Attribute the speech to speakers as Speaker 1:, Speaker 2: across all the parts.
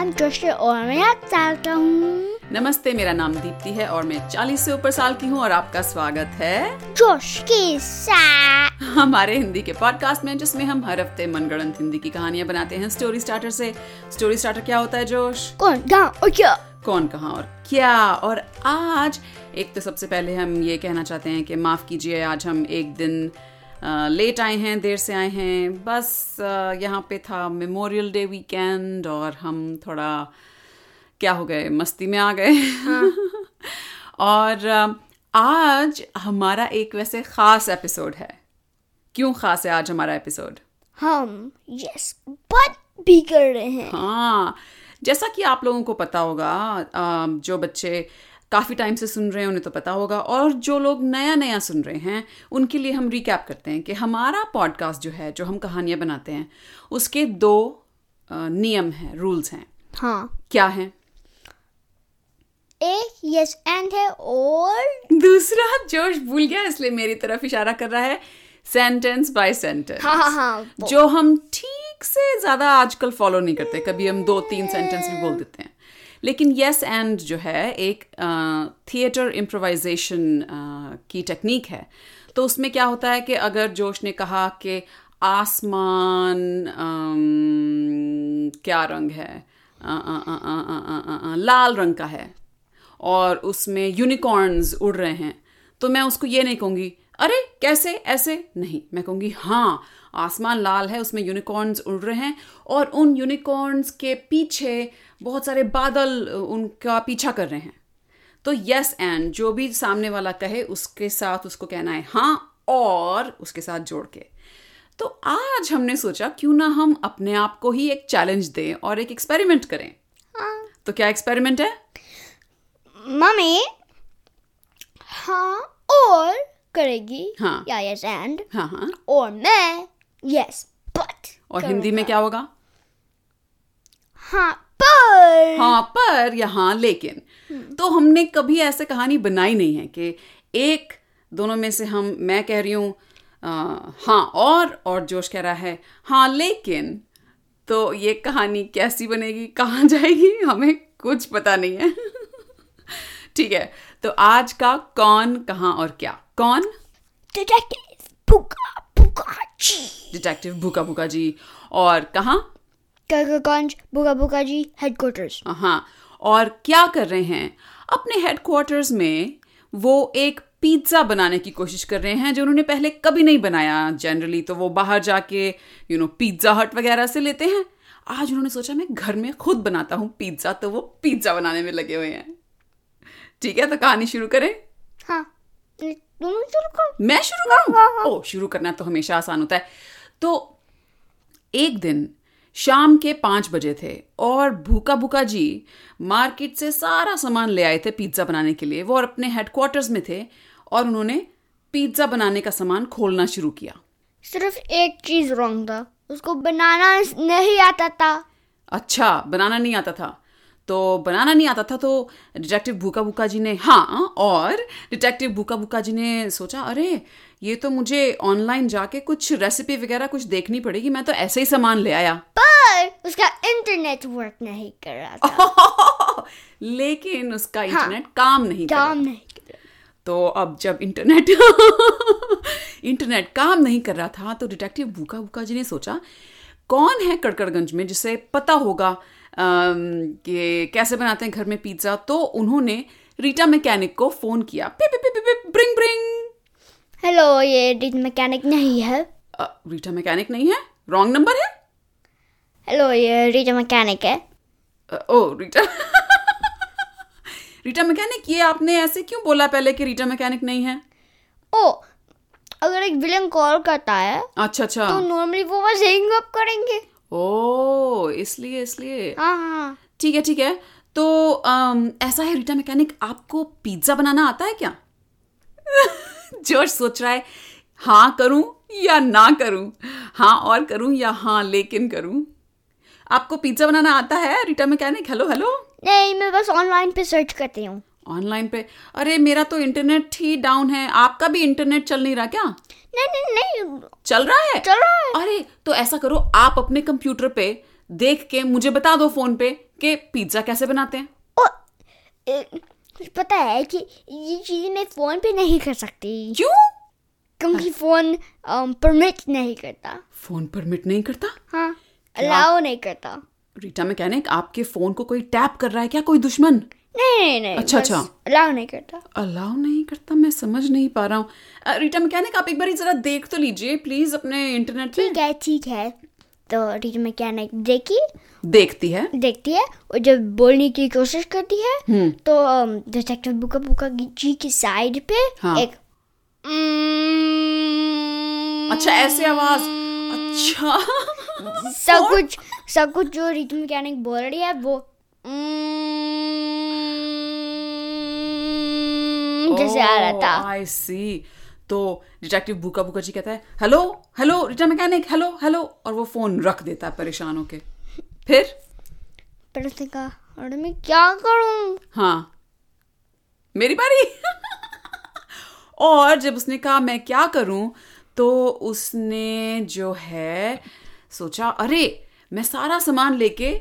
Speaker 1: और मैं आठ साल का हूँ
Speaker 2: नमस्ते मेरा नाम दीप्ति है और मैं 40 से ऊपर साल की हूँ और आपका स्वागत है
Speaker 1: जोश के साथ
Speaker 2: हमारे हिंदी के पॉडकास्ट में जिसमें हम हर हफ्ते मनगढ़ंत हिंदी की कहानियां बनाते हैं स्टोरी स्टार्टर से स्टोरी स्टार्टर क्या होता है जोश
Speaker 1: कौन गाँव और क्या
Speaker 2: कौन कहाँ और क्या और आज एक तो सबसे पहले हम ये कहना चाहते हैं कि माफ़ कीजिए आज हम एक दिन अ, लेट आए हैं देर से आए हैं बस अ, यहाँ पे था मेमोरियल डे वीकेंड और हम थोड़ा क्या हो गए मस्ती में आ गए और अ, आज हमारा एक वैसे ख़ास एपिसोड है क्यों ख़ास है आज हमारा एपिसोड
Speaker 1: हम यस बहुत बिगड़ रहे हैं
Speaker 2: हाँ जैसा कि आप लोगों को पता होगा अम, जो बच्चे काफ़ी टाइम से सुन रहे हैं उन्हें तो पता होगा और जो लोग नया नया सुन रहे हैं उनके लिए हम रिकैप करते हैं कि हमारा पॉडकास्ट जो है जो हम कहानियाँ बनाते हैं उसके दो अ, नियम हैं रूल्स हैं
Speaker 1: हाँ
Speaker 2: क्या हैं
Speaker 1: एक यस एंड है और
Speaker 2: दूसरा जोश भूल गया इसलिए मेरी तरफ इशारा कर रहा है सेंटेंस बाय सेंटेंस
Speaker 1: हाँ हाँ हाँ वो।
Speaker 2: जो हम ठीक से ज्यादा आजकल फॉलो नहीं करते कभी हम दो तीन सेंटेंस भी बोल देते हैं लेकिन यस एंड जो है एक थिएटर इम्प्रोवाइजेशन की टेक्निक है तो उसमें क्या होता है कि अगर जोश ने कहा कि आसमान अम, क्या रंग है अ, अ, अ, अ, अ, अ, अ, अ, लाल रंग का है और उसमें यूनिकॉर्न्स उड़ रहे हैं तो मैं उसको ये नहीं कहूंगी अरे कैसे ऐसे नहीं मैं कहूंगी हाँ आसमान लाल है उसमें यूनिकॉर्न्स उड़ रहे हैं और उन यूनिकॉर्न्स के पीछे बहुत सारे बादल अ, उनका पीछा कर रहे हैं तो यस एंड जो भी सामने वाला कहे उसके साथ उसको कहना है हाँ और उसके साथ जोड़ के तो आज हमने सोचा क्यों ना हम अपने आप को ही एक चैलेंज दें और एक एक्सपेरिमेंट करें
Speaker 1: हाँ
Speaker 2: तो क्या एक्सपेरिमेंट है
Speaker 1: मम्मी हाँ और करेगी
Speaker 2: हाँ।
Speaker 1: या यस एंड
Speaker 2: हाँ हाँ
Speaker 1: और मैं यस बट
Speaker 2: और हिंदी में क्या होगा
Speaker 1: हाँ पर
Speaker 2: हाँ पर यहाँ लेकिन तो हमने कभी ऐसे कहानी बनाई नहीं है कि एक दोनों में से हम मैं कह रही हूँ अ, हाँ और और जोश कह रहा है हाँ लेकिन तो ये कहानी कैसी बनेगी कहाँ जाएगी हमें कुछ पता नहीं है ठीक है तो आज का कौन कहाँ और क्या कौन
Speaker 1: डिटेक्टिव भूखा भूखा जी
Speaker 2: डिटेक्टिव भूखा भूखा जी और कहाँ
Speaker 1: करगोगंज बुगा बुगा जी हेडक्वार्टर्स
Speaker 2: हाँ और क्या कर रहे हैं अपने हेडक्वार्टर्स में वो एक पिज्ज़ा बनाने की कोशिश कर रहे हैं जो उन्होंने पहले कभी नहीं बनाया जनरली तो वो बाहर जाके यू नो पिज्ज़ा हट वगैरह से लेते हैं आज उन्होंने सोचा मैं घर में खुद बनाता हूँ पिज्ज़ा तो वो पिज्ज़ा बनाने में लगे हुए हैं ठीक है तो कहानी शुरू करें
Speaker 1: हाँ दोनों शुरू करो
Speaker 2: मैं शुरू करूं ओ शुरू करना तो हमेशा आसान होता है तो एक दिन शाम के पाँच बजे थे और भूखा भूखा जी मार्केट से सारा सामान ले आए थे पिज्ज़ा बनाने के लिए वो और अपने हेडक्वार्टर्स में थे और उन्होंने पिज्ज़ा बनाने का सामान खोलना शुरू किया
Speaker 1: सिर्फ एक चीज रॉन्ग था उसको बनाना नहीं आता था
Speaker 2: अच्छा बनाना नहीं आता था तो बनाना नहीं आता था तो डिटेक्टिव भूखा भूखा जी ने हाँ और डिटेक्टिव भूखा भूखा जी ने सोचा अरे ये तो मुझे ऑनलाइन जाके कुछ रेसिपी वगैरह कुछ देखनी पड़ेगी मैं तो ऐसे ही सामान ले आया
Speaker 1: पर उसका इंटरनेट वर्क नहीं कर रहा था
Speaker 2: लेकिन उसका इंटरनेट काम नहीं कर रहा।
Speaker 1: काम नहीं कर रहा
Speaker 2: तो अब जब इंटरनेट इंटरनेट काम नहीं कर रहा था तो डिटेक्टिव भूखा भूखा जी ने सोचा कौन है कड़कड़गंज में जिसे पता होगा अम, कि कैसे बनाते हैं घर में पिज्ज़ा तो उन्होंने रीटा मैकेनिक को फ़ोन किया पिप पिप पिप पिप ब्रिंग ब्रिंग
Speaker 1: हेलो ये डिज मैकेनिक नहीं है
Speaker 2: अ, रीटा मैकेनिक नहीं है रॉन्ग नंबर है
Speaker 1: हेलो ये रिज मैकेनिक है
Speaker 2: अ, ओ रीटा रीटा मैकेनिक ये आपने ऐसे क्यों बोला पहले कि रीटा मैकेनिक नहीं है
Speaker 1: ओ अगर एक विलन कॉल करता है
Speaker 2: अच्छा अच्छा
Speaker 1: तो नॉर्मली वो बस हैंग अप करेंगे
Speaker 2: ओ इसलिए इसलिए
Speaker 1: हाँ हाँ
Speaker 2: ठीक है ठीक है तो अम, ऐसा है रीटा मैकेनिक आपको पिज्जा बनाना आता है क्या जोश सोच रहा है हाँ करूं या ना करूं हाँ और करूं या हाँ लेकिन करूं आपको पिज्जा बनाना आता है रीटा मैकेनिक हेलो हेलो
Speaker 1: नहीं मैं बस ऑनलाइन पे सर्च करती हूँ
Speaker 2: ऑनलाइन पे अरे मेरा तो इंटरनेट ही डाउन है आपका भी इंटरनेट चल नहीं रहा क्या
Speaker 1: नहीं नहीं नहीं
Speaker 2: चल रहा है
Speaker 1: चलो
Speaker 2: अरे तो ऐसा करो आप अपने कंप्यूटर पे देख के मुझे बता दो फोन पे कि पिज्ज़ा कैसे बनाते हैं
Speaker 1: ओ ए, पता है कि ये चीज़ें मैं फ़ोन पे नहीं कर सकती
Speaker 2: क्यों
Speaker 1: क्योंकि
Speaker 2: हाँ।
Speaker 1: फ़ोन परमिट नहीं करता
Speaker 2: फोन परमिट नहीं करता
Speaker 1: हाँ अलाउ नहीं करता
Speaker 2: रीटा मैकेनिक आपके फोन को कोई टैप कर रहा है क्या कोई दुश्मन
Speaker 1: नहीं नहीं नहीं
Speaker 2: अच्छा, अच्छा।
Speaker 1: अलाउ नहीं करता
Speaker 2: अलाउ नहीं करता मैं समझ नहीं पा रहा हूँ रीटा मैकेनिक आप एक बार जरा देख तो लीजिए प्लीज अपने इंटरनेट पे
Speaker 1: ठीक है ठीक है तो रीट मैकेनिक देखी
Speaker 2: देखती है
Speaker 1: देखती है और जब बोलने की कोशिश करती
Speaker 2: हम्म।
Speaker 1: है तो डिटेक्टिव बुका बुका जी की साइड पे
Speaker 2: हाँ।
Speaker 1: एक "Mm",
Speaker 2: अच्छा ऐसे आवाज अच्छा
Speaker 1: सब कुछ सब कुछ जो रीट मैकेनिक बोल रही है वो "Mm", जैसे आ रहा था
Speaker 2: आई सी Oh, तो डिटेक्टिव भूखा भूखा जी कहता है hello hello Rita mechanic hello hello और वो फोन रख देता है परेशान होके फिर
Speaker 1: पर उसने कहा अरे मैं क्या करूं
Speaker 2: हाँ मेरी बारी और जब उसने कहा मैं क्या करूं तो उसने जो है सोचा अरे मैं सारा सामान लेके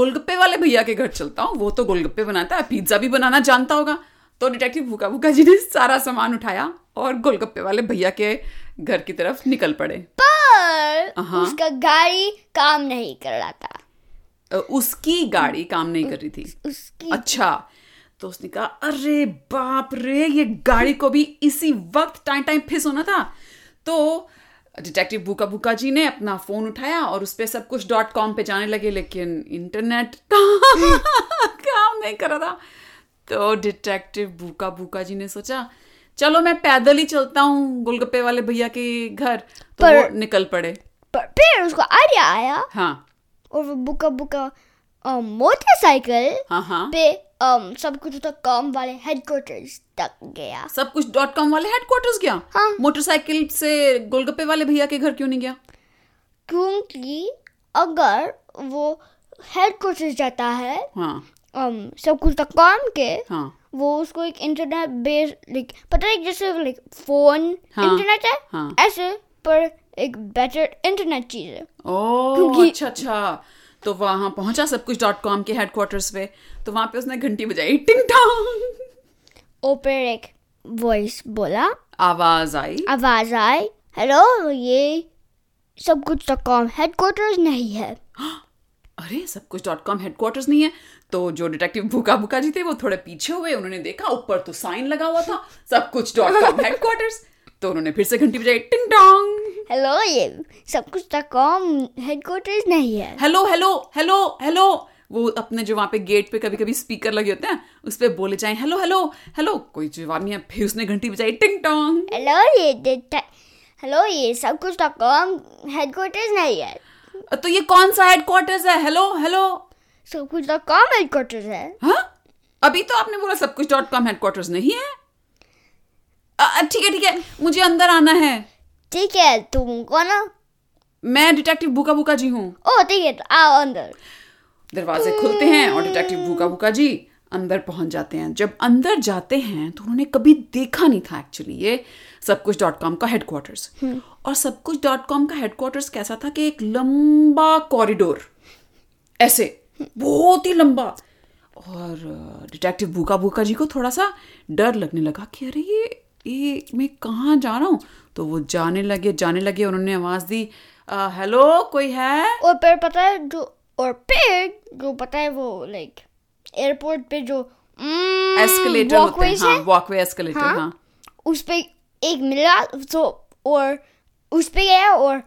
Speaker 2: गोलगप्पे वाले भैया के घर चलता हूँ वो तो गोलगप्पे बनाता है पिज्ज़ा भी बनाना जानता होगा तो डिटेक्टिव भूखा भूखा जी ने सारा सामान उठाया और गोलगप्पे वाले भैया के घर की तरफ निकल पड़े
Speaker 1: पर
Speaker 2: हाँ।
Speaker 1: उसका गाड़ी काम नहीं कर रहा था
Speaker 2: अ, उसकी गाड़ी काम नहीं कर रही थी
Speaker 1: उसकी
Speaker 2: अच्छा तो उसने कहा अरे बाप रे ये गाड़ी को भी इसी वक्त टाइम टाइम फिस होना था तो डिटेक्टिव भूखा भूखा जी ने अपना फोन उठाया और उस पे सब कुछ डॉट कॉम पे जाने लगे लेकिन इंटरनेट काम नहीं कर रहा था तो डिटेक्टिव भूखा भूखा जी ने सोचा चलो मैं पैदल ही चलता हूँ गोलगप्पे वाले भैया के घर तो
Speaker 1: पर-
Speaker 2: वो निकल पड़े
Speaker 1: पर फिर उसको आइडिया आया
Speaker 2: हाँ
Speaker 1: और वो बुका बुका अ, मोटरसाइकिल
Speaker 2: हाँ हाँ
Speaker 1: पे अम, सब कुछ तो कॉम वाले हेडक्वार्टर्स तक गया
Speaker 2: सब कुछ डॉट कॉम वाले हेडक्वार्टर्स गया
Speaker 1: हाँ।
Speaker 2: मोटरसाइकिल से गोलगप्पे वाले भैया के घर क्यों नहीं गया
Speaker 1: क्योंकि अगर वो हेडक्वार्टर्स जाता है
Speaker 2: हाँ
Speaker 1: अम, सब कुछ तो कॉम के
Speaker 2: हाँ
Speaker 1: वो उसको एक इंटरनेट बेस लाइक पता है जैसे लाइक फोन
Speaker 2: हाँ,
Speaker 1: इंटरनेट है
Speaker 2: हाँ।
Speaker 1: ऐसे पर एक बेटर इंटरनेट चीज है
Speaker 2: ओ
Speaker 1: क्योंकि-
Speaker 2: अच्छा अच्छा तो वहां पहुंचा सब कुछ डॉट कॉम के हेडक्वार्टर्स पे तो वहां पे उसने घंटी बजाई टिंग टांग
Speaker 1: और फिर एक वॉइस बोला
Speaker 2: आवाज आई
Speaker 1: आवाज आई हेलो ये सब कुछ तो कॉम हेडक्वार्टर्स नहीं है
Speaker 2: अरे सब कुछ डॉट कॉम हेडक्वार्टर्स नहीं है तो जो डिटेक्टिव भूखा भूखा जी थे वो थोड़े पीछे हुए उन्होंने देखा ऊपर तो साइन लगा हुआ था सब कुछ डॉट कॉम हेडक्वार्टर्स तो उन्होंने फिर से घंटी बजाई टिंग टांग
Speaker 1: हेलो ये सब कुछ तो कॉम हेडक्वार्टर्स नहीं है
Speaker 2: हेलो हेलो हेलो हेलो वो अपने जो वहाँ पे गेट पे कभी कभी स्पीकर लगे होते हैं उस पे बोले जाए हेलो हेलो हेलो कोई जवाब नहीं है फिर उसने घंटी बजाई टिंग टोंग
Speaker 1: हेलो ये detec- हेलो ये सब कुछ तो कॉम हेडक्वार्टर्स नहीं है
Speaker 2: तो ये कौन सा हेडक्वार्टर्स है हेलो हेलो
Speaker 1: सब कुछ तो कॉम हेडक्वार्टर्स है
Speaker 2: हाँ अभी तो आपने बोला सब कुछ डॉट कॉम हेडक्वार्टर्स नहीं है अ, अ, ठीक है ठीक है मुझे अंदर आना है
Speaker 1: ठीक है तुम कौन हो
Speaker 2: मैं डिटेक्टिव भूखा भूखा जी हूँ
Speaker 1: ओ ठीक है तो आओ अंदर
Speaker 2: दरवाजे खुलते हैं और डिटेक्टिव भूखा भूखा जी अंदर पहुंच जाते हैं जब अंदर जाते हैं तो उन्होंने कभी देखा नहीं था एक्चुअली ये सब कुछ डॉट कॉम का हेडक्वार्टर्स और सब कुछ डॉट कॉम का हेडक्वार्टर्स कैसा था कि एक लंबा कॉरिडोर ऐसे बहुत ही लंबा और डिटेक्टिव भूखा भूखा जी को थोड़ा सा डर लगने लगा कि अरे ये ये मैं कहाँ जा रहा हूँ तो वो जाने लगे जाने लगे उन्होंने आवाज़ दी "अ, हेलो कोई है
Speaker 1: और फिर पता है जो और फिर जो पता है वो लाइक एयरपोर्ट पे जो mm,
Speaker 2: एस्केलेटर होते हैं
Speaker 1: वॉकवेज
Speaker 2: हाँ वॉकवे एस्केलेटर
Speaker 1: Hmm, हाँ।
Speaker 2: हाँ
Speaker 1: उस पे एक मिला तो और उस पे गया और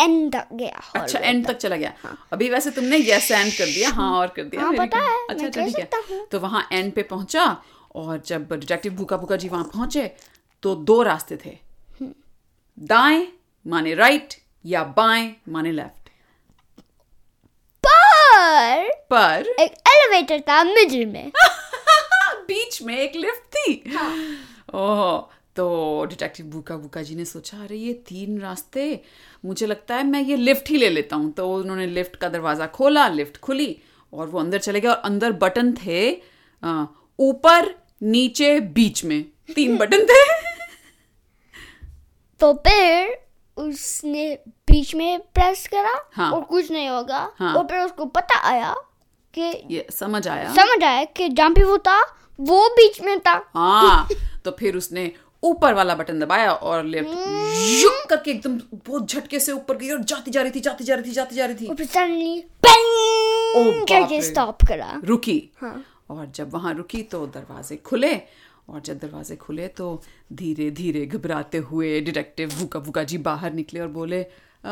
Speaker 1: एंड तक गया हॉल
Speaker 2: अच्छा
Speaker 1: में।
Speaker 2: एंड तक चला गया अभी वैसे तुमने यस एंड कर दिया हाँ और कर दिया
Speaker 1: हाँ,
Speaker 2: very
Speaker 1: पता
Speaker 2: good.
Speaker 1: है,
Speaker 2: अच्छा
Speaker 1: मैं
Speaker 2: अच्छा
Speaker 1: कर
Speaker 2: ठीक
Speaker 1: सकता
Speaker 2: है तो वहाँ एंड पे पहुंचा और जब डिटेक्टिव भूखा भूखा जी वहां पहुंचे तो दो रास्ते थे
Speaker 1: हम्म।
Speaker 2: दाएं माने राइट या बाएं माने लेफ्ट
Speaker 1: पर
Speaker 2: पर
Speaker 1: एक एलिवेटर था मिडिल में
Speaker 2: बीच में एक लिफ्ट थी ओह तो डिटेक्टिव भूखा भूखा जी ने सोचा अरे ये तीन रास्ते मुझे लगता है मैं ये लिफ्ट ही ले लेता हूँ तो उन्होंने लिफ्ट का दरवाज़ा खोला लिफ्ट खुली और वो अंदर चले गए और अंदर बटन थे अ, ऊपर नीचे बीच में तीन बटन थे
Speaker 1: तो फिर उसने बीच में प्रेस करा
Speaker 2: हाँ।
Speaker 1: और कुछ नहीं होगा
Speaker 2: हाँ।
Speaker 1: और फिर उसको पता आया कि
Speaker 2: ये समझ आया
Speaker 1: समझ आया कि जहाँ पे वो था वो बीच में था
Speaker 2: हाँ तो फिर उसने ऊपर वाला बटन दबाया और लिफ्ट युक करके एकदम बहुत झटके से ऊपर गई और जाती जा रही थी जाती जा रही थी जाती जा रही
Speaker 1: और
Speaker 2: थी
Speaker 1: फिर सडनली
Speaker 2: ओ
Speaker 1: पेंग
Speaker 2: बाप
Speaker 1: करके
Speaker 2: रे।
Speaker 1: स्टॉप करा
Speaker 2: रुकी
Speaker 1: हाँ।
Speaker 2: और जब वहां रुकी तो दरवाजे खुले और जब दरवाजे खुले तो धीरे धीरे घबराते हुए डिटेक्टिव भूका भूका जी बाहर निकले और बोले "अ,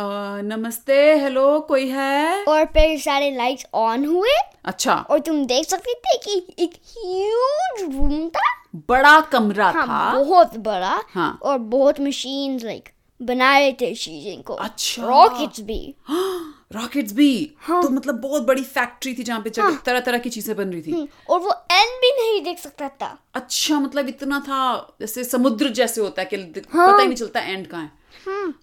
Speaker 2: नमस्ते हेलो कोई है
Speaker 1: और फिर सारे लाइट्स ऑन हुए
Speaker 2: अच्छा
Speaker 1: और तुम देख सकते थे कि एक ह्यूज रूम था
Speaker 2: बड़ा कमरा था
Speaker 1: हाँ बहुत बड़ा
Speaker 2: हाँ।
Speaker 1: और बहुत मशीन लाइक बनाए थे चीजें को
Speaker 2: अच्छा।
Speaker 1: रॉकेट्स भी
Speaker 2: रॉकेट्स भी
Speaker 1: हाँ।
Speaker 2: तो मतलब बहुत बड़ी फैक्ट्री थी जहाँ पे तरह तरह की चीजें बन रही थी
Speaker 1: और वो एंड भी नहीं देख सकता था
Speaker 2: अच्छा मतलब इतना था जैसे समुद्र जैसे होता है कि पता ही नहीं चलता एंड कहाँ है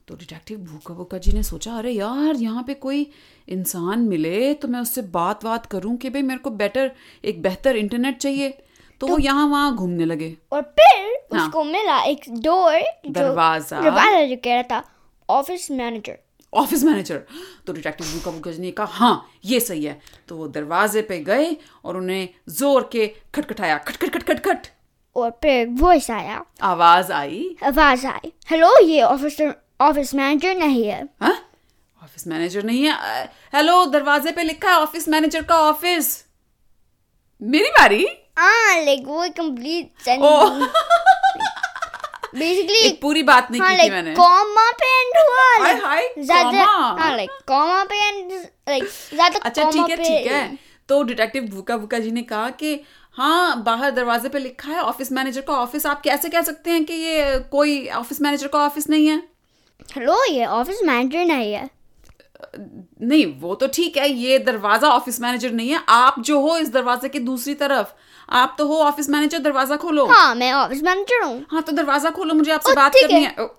Speaker 2: तो डिटेक्टिव भूखा भूखा जी ने सोचा अरे यार यहाँ पे कोई इंसान मिले तो मैं उससे बात बात करूं कि भाई मेरे को बेटर एक बेहतर इंटरनेट चाहिए तो वो यहाँ वहाँ घूमने लगे
Speaker 1: और फिर
Speaker 2: हाँ।
Speaker 1: उसको मिला एक डोर
Speaker 2: दरवाजा।
Speaker 1: दरवाजा जो कह रहा था ऑफिस मैनेजर
Speaker 2: ऑफिस मैनेजर तो डिटेक्टिव भूखा भूखा जी ने कहा हाँ ये सही है तो वो दरवाजे पे गए और उन्हें जोर के खटखटाया खटखट खटखट खट
Speaker 1: और फिर वॉइस आया
Speaker 2: आवाज आई
Speaker 1: आवाज आई हेलो ये ऑफिसर ऑफिस मैनेजर नहीं है
Speaker 2: हाँ? ऑफिस मैनेजर नहीं है अ, हेलो दरवाजे पे लिखा है ऑफिस मैनेजर का ऑफिस मेरी बारी
Speaker 1: हाँ लाइक वो कंप्लीट
Speaker 2: ओ
Speaker 1: बेसिकली
Speaker 2: एक पूरी बात नहीं
Speaker 1: हाँ
Speaker 2: की थी
Speaker 1: लाइक
Speaker 2: मैंने
Speaker 1: कॉमा पे एंड हुआ
Speaker 2: हाय
Speaker 1: like,
Speaker 2: हाय
Speaker 1: ज्यादा
Speaker 2: comma।
Speaker 1: हाँ लाइक कॉमा पे एंड लाइक ज्यादा
Speaker 2: अच्छा
Speaker 1: comma
Speaker 2: ठीक है
Speaker 1: पे
Speaker 2: ठीक है तो डिटेक्टिव भूखा भूखा जी ने कहा कि हाँ बाहर दरवाजे पे लिखा है ऑफिस मैनेजर का ऑफिस आप कैसे कह सकते हैं कि ये कोई ऑफिस मैनेजर का ऑफिस नहीं है
Speaker 1: हेलो ये ऑफिस मैनेजर नहीं है
Speaker 2: नहीं वो तो ठीक है ये दरवाजा ऑफिस मैनेजर नहीं है आप जो हो इस दरवाजे के दूसरी तरफ आप तो हो ऑफिस मैनेजर दरवाजा खोलो
Speaker 1: हाँ मैं ऑफिस मैनेजर हूँ
Speaker 2: हाँ तो दरवाजा खोलो मुझे आपसे
Speaker 1: ओ,
Speaker 2: बात
Speaker 1: ठीक
Speaker 2: करनी
Speaker 1: है।
Speaker 2: है ओ।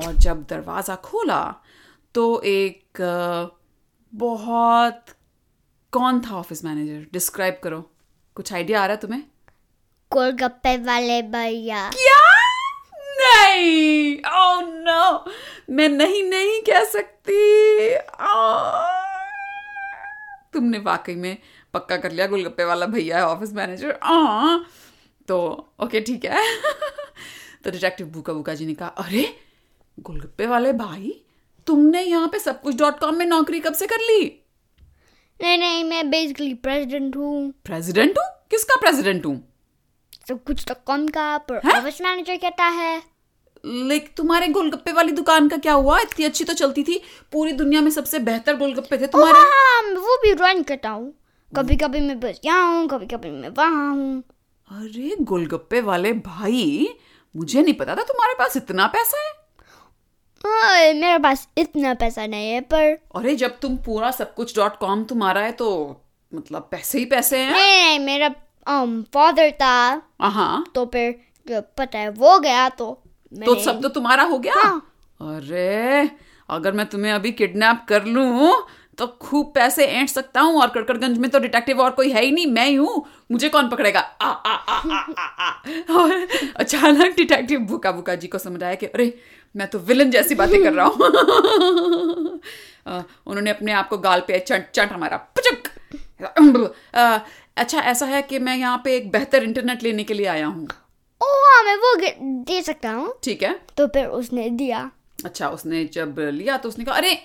Speaker 2: और जब दरवाजा खोला तो एक अ, बहुत कौन था ऑफिस मैनेजर डिस्क्राइब करो कुछ आइडिया आ रहा है तुम्हें
Speaker 1: गोलगप्पे वाले भैया
Speaker 2: क्या नहीं ओह नो मैं नहीं नहीं कह सकती आह। तुमने वाकई में पक्का कर लिया गोलगप्पे वाला भैया है ऑफिस मैनेजर आह। तो ओके ठीक है तो डिटेक्टिव भूखा भूखा जी ने कहा अरे गोलगप्पे वाले भाई तुमने यहाँ पे सब कुछ डॉट कॉम में नौकरी कब से कर ली
Speaker 1: नहीं नहीं मैं बेसिकली प्रेसिडेंट हूँ
Speaker 2: प्रेसिडेंट हूँ किसका प्रेसिडेंट हूँ
Speaker 1: सब कुछ तो कम का पर ऑफिस मैनेजर कहता है
Speaker 2: लाइक तुम्हारे गोलगप्पे वाली दुकान का क्या हुआ इतनी अच्छी तो चलती थी पूरी दुनिया में सबसे बेहतर गोलगप्पे थे
Speaker 1: ओ, हाँ,
Speaker 2: तुम्हारे
Speaker 1: हाँ, मैं वो भी रन करता हूँ कभी कभी मैं बस यहाँ हूँ कभी कभी मैं वहाँ हूँ
Speaker 2: अरे गोलगप्पे वाले भाई मुझे नहीं पता था तुम्हारे पास इतना पैसा है
Speaker 1: हाँ, मेरे पास इतना पैसा नहीं है पर
Speaker 2: अरे जब तुम पूरा सब कुछ डॉट कॉम तुम्हारा है तो मतलब पैसे ही पैसे हैं
Speaker 1: नहीं नहीं मेरा um, फादर था
Speaker 2: हाँ
Speaker 1: तो फिर जब पता है वो गया तो
Speaker 2: तो
Speaker 1: मैंने-
Speaker 2: सब तो तुम्हारा हो गया अरे अगर मैं तुम्हें अभी किडनैप कर लूं तो खूब पैसे ऐंठ सकता हूँ और कड़कड़गंज में तो डिटेक्टिव और कोई है ही नहीं मैं ही हूँ मुझे कौन पकड़ेगा आ, आ, आ, आ, आ, आ। और अचानक डिटेक्टिव भूखा भूखा जी को समझ आया कि अरे मैं तो विलन जैसी बातें कर रहा हूँ अ, उन्होंने अपने आप को गाल पे चट चट हमारा पचक अ, अच्छा ऐसा है कि मैं यहाँ पे एक बेहतर इंटरनेट लेने के लिए आया हूँ
Speaker 1: ओ हाँ मैं वो गे- दे सकता हूँ
Speaker 2: ठीक है
Speaker 1: तो फिर उसने दिया
Speaker 2: अच्छा उसने जब लिया तो उसने कहा अरे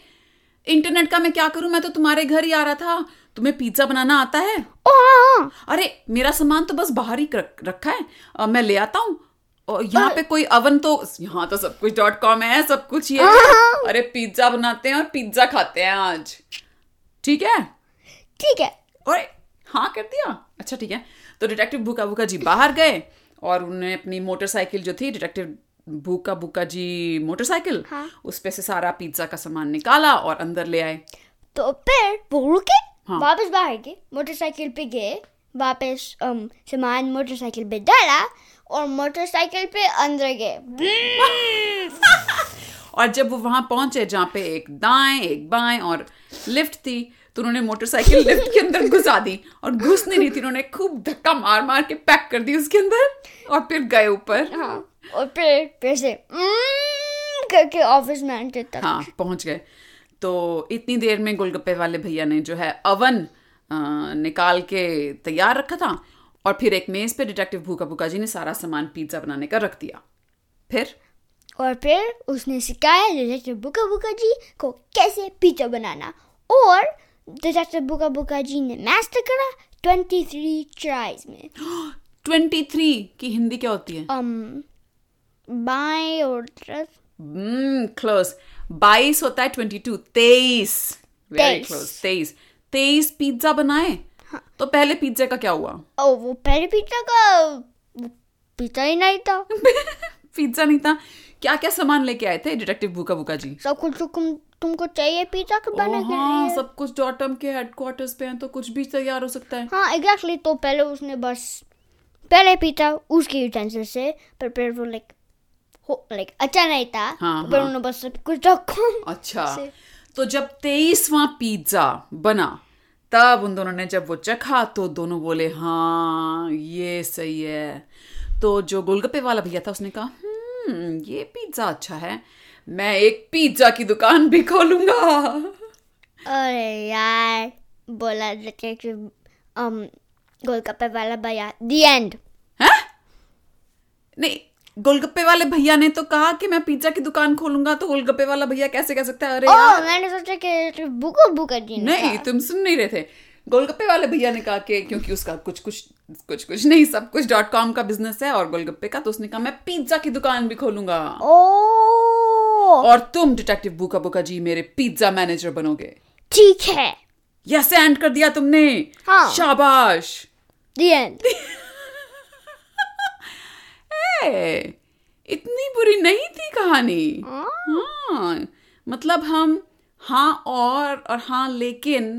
Speaker 2: इंटरनेट का मैं क्या करूं मैं तो तुम्हारे घर ही आ रहा था तुम्हें पिज्जा बनाना आता है
Speaker 1: ओ हाँ हाँ
Speaker 2: अरे मेरा सामान तो बस बाहर ही रख- रखा है अ, मैं ले आता हूँ और यहाँ पे कोई अवन तो यहाँ तो सब कुछ डॉट कॉम है सब कुछ ही है अरे पिज्जा बनाते हैं और पिज्जा खाते हैं आज ठीक है
Speaker 1: ठीक है
Speaker 2: और हाँ कर दिया अच्छा ठीक है तो डिटेक्टिव भूखा भूखा जी बाहर गए और उन्होंने अपनी मोटरसाइकिल जो थी डिटेक्टिव भूखा भूखा जी मोटरसाइकिल
Speaker 1: हाँ।
Speaker 2: उस पे से सारा पिज्जा का सामान निकाला और अंदर ले आए
Speaker 1: तो फिर वो रुके
Speaker 2: हाँ।
Speaker 1: वापस बाहर गए मोटरसाइकिल पे गए वापस अम, सामान मोटरसाइकिल पे डाला और मोटरसाइकिल पे अंदर गए
Speaker 2: और जब वो वहां पहुंचे जहाँ पे एक दाएं एक बाएं और लिफ्ट थी तो उन्होंने मोटरसाइकिल लिफ्ट के अंदर घुसा दी और घुसने नहीं थी उन्होंने खूब धक्का मार मार के पैक कर दी उसके अंदर और फिर गए ऊपर
Speaker 1: हाँ और फिर फिर से "Mm" करके ऑफिस मैनेजर तक
Speaker 2: हाँ पहुंच गए तो इतनी देर में गोलगप्पे वाले भैया ने जो है अवन अ, अ, निकाल के तैयार रखा था और फिर एक मेज पे डिटेक्टिव भूखा भूखा जी ने सारा सामान पिज्जा बनाने का रख दिया फिर
Speaker 1: और फिर उसने सिखाया डिटेक्टिव बुका बुका जी को कैसे पिज्जा बनाना और डिटेक्टिव बुका बुका जी ने मास्टर करा 23 ट्राइज में
Speaker 2: ट्वेंटी थ्री की हिंदी क्या होती है
Speaker 1: um, बाएं और तरफ
Speaker 2: क्लोज हम्म, बाईस होता है ट्वेंटी टू तेईस वेरी
Speaker 1: 23
Speaker 2: क्लोज तेईस तेईस पिज्जा बनाए तो पहले पिज्जा का क्या हुआ
Speaker 1: ओ वो पहले पिज्जा का वो पिज्जा ही नहीं था
Speaker 2: पिज्जा नहीं था क्या क्या सामान लेके आए थे डिटेक्टिव भूखा भूखा जी
Speaker 1: सब कुछ तो तुम तुमको चाहिए पिज्जा का बना
Speaker 2: ओ
Speaker 1: के
Speaker 2: हाँ
Speaker 1: लिए।
Speaker 2: सब कुछ डॉटम के हेडक्वार्टर्स पे हैं तो कुछ भी तैयार हो सकता है
Speaker 1: हाँ एग्जैक्टली तो पहले उसने बस पहले पिज्जा उसके यूटेंसिल से पर फिर वो लाइक लाइक अच्छा नहीं था
Speaker 2: हाँ,
Speaker 1: पर
Speaker 2: हाँ।
Speaker 1: उन्होंने बस सब कुछ रखा
Speaker 2: अच्छा
Speaker 1: से-
Speaker 2: तो जब तेईसवां पिज्जा बना तब उन दोनों ने जब वो चखा तो दोनों बोले हाँ ये सही है तो जो गोलगप्पे वाला भैया था उसने कहा "हम्म, ये पिज्जा अच्छा है मैं एक पिज्जा की दुकान भी खोलूंगा
Speaker 1: अरे यार बोला डिटेक्टिव um गोलगप्पे वाला भैया दी एंड
Speaker 2: हैं? नहीं गोलगप्पे वाले भैया ने तो कहा कि मैं पिज्जा की दुकान खोलूंगा तो गोलगप्पे वाला भैया कैसे कह सकता है अरे
Speaker 1: ओ
Speaker 2: यार
Speaker 1: मैंने सोचा कि बुको बुका जी ने
Speaker 2: Oh! नहीं तुम सुन नहीं रहे थे गोलगप्पे वाले भैया ने कहा कि क्योंकि उसका कुछ कुछ कुछ कुछ नहीं सब कुछ डॉट कॉम का बिजनेस है और गोलगप्पे का तो उसने कहा मैं पिज्जा की दुकान भी खोलूंगा
Speaker 1: ओ
Speaker 2: और तुम डिटेक्टिव बुका बुका जी मेरे पिज्जा मैनेजर बनोगे
Speaker 1: ठीक है
Speaker 2: यस एंड कर दिया तुमने
Speaker 1: हाँ।
Speaker 2: शाबाश
Speaker 1: दी एंड
Speaker 2: ए, इतनी बुरी नहीं थी कहानी
Speaker 1: हाँ।
Speaker 2: हाँ मतलब हम हाँ और और हाँ लेकिन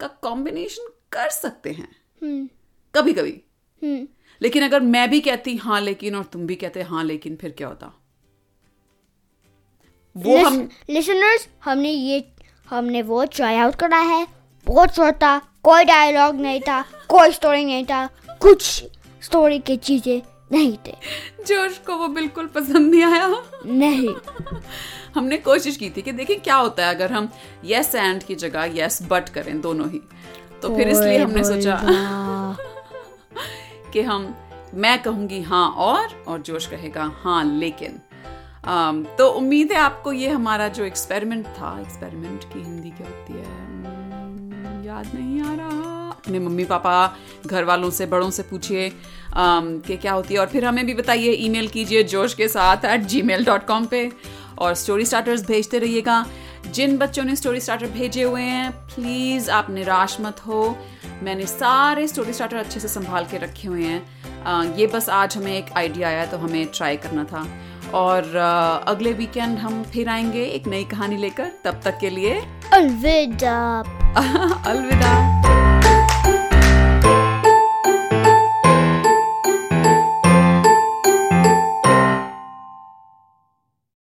Speaker 2: का कॉम्बिनेशन कर सकते हैं
Speaker 1: Hmm,
Speaker 2: कभी कभी
Speaker 1: हम्म
Speaker 2: लेकिन अगर मैं भी कहती हाँ लेकिन और तुम भी कहते हाँ लेकिन फिर क्या होता वो हम
Speaker 1: लिसनर्स हमने ये हमने वो ट्राई आउट करा है बहुत शॉर्ट था कोई डायलॉग नहीं था कोई स्टोरी नहीं था कुछ स्टोरी की चीजें नहीं थे
Speaker 2: जोश को वो बिल्कुल पसंद नहीं आया
Speaker 1: नहीं
Speaker 2: तो हमने कोशिश की थी कि देखें क्या होता है अगर हम यस एंड की जगह यस बट करें दोनों ही तो फिर इसलिए
Speaker 1: ओए
Speaker 2: हमने सोचा
Speaker 1: बल्ला।
Speaker 2: कि हम मैं कहूंगी हाँ और और जोश कहेगा हाँ लेकिन अम, तो उम्मीद है आपको ये हमारा जो एक्सपेरिमेंट था एक्सपेरिमेंट की हिंदी क्या होती है अम, याद नहीं आ रहा अपने मम्मी पापा घर वालों से बड़ों से पूछिए अम, कि क्या होती है और फिर हमें भी बताइए ईमेल कीजिए जोश के साथ at gmail dot com पे और स्टोरी स्टार्टर्स भेजते रहिएगा जिन बच्चों ने स्टोरी स्टार्टर भेजे हुए हैं प्लीज़ आप निराश मत हो मैंने सारे स्टोरी स्टार्टर अच्छे से संभाल के रखे हुए हैं अ, ये बस आज हमें एक आइडिया आया तो हमें ट्राई करना था और अ, अगले वीकेंड हम फिर आएंगे एक नई कहानी लेकर तब तक के लिए
Speaker 1: अलविदा
Speaker 2: अलविदा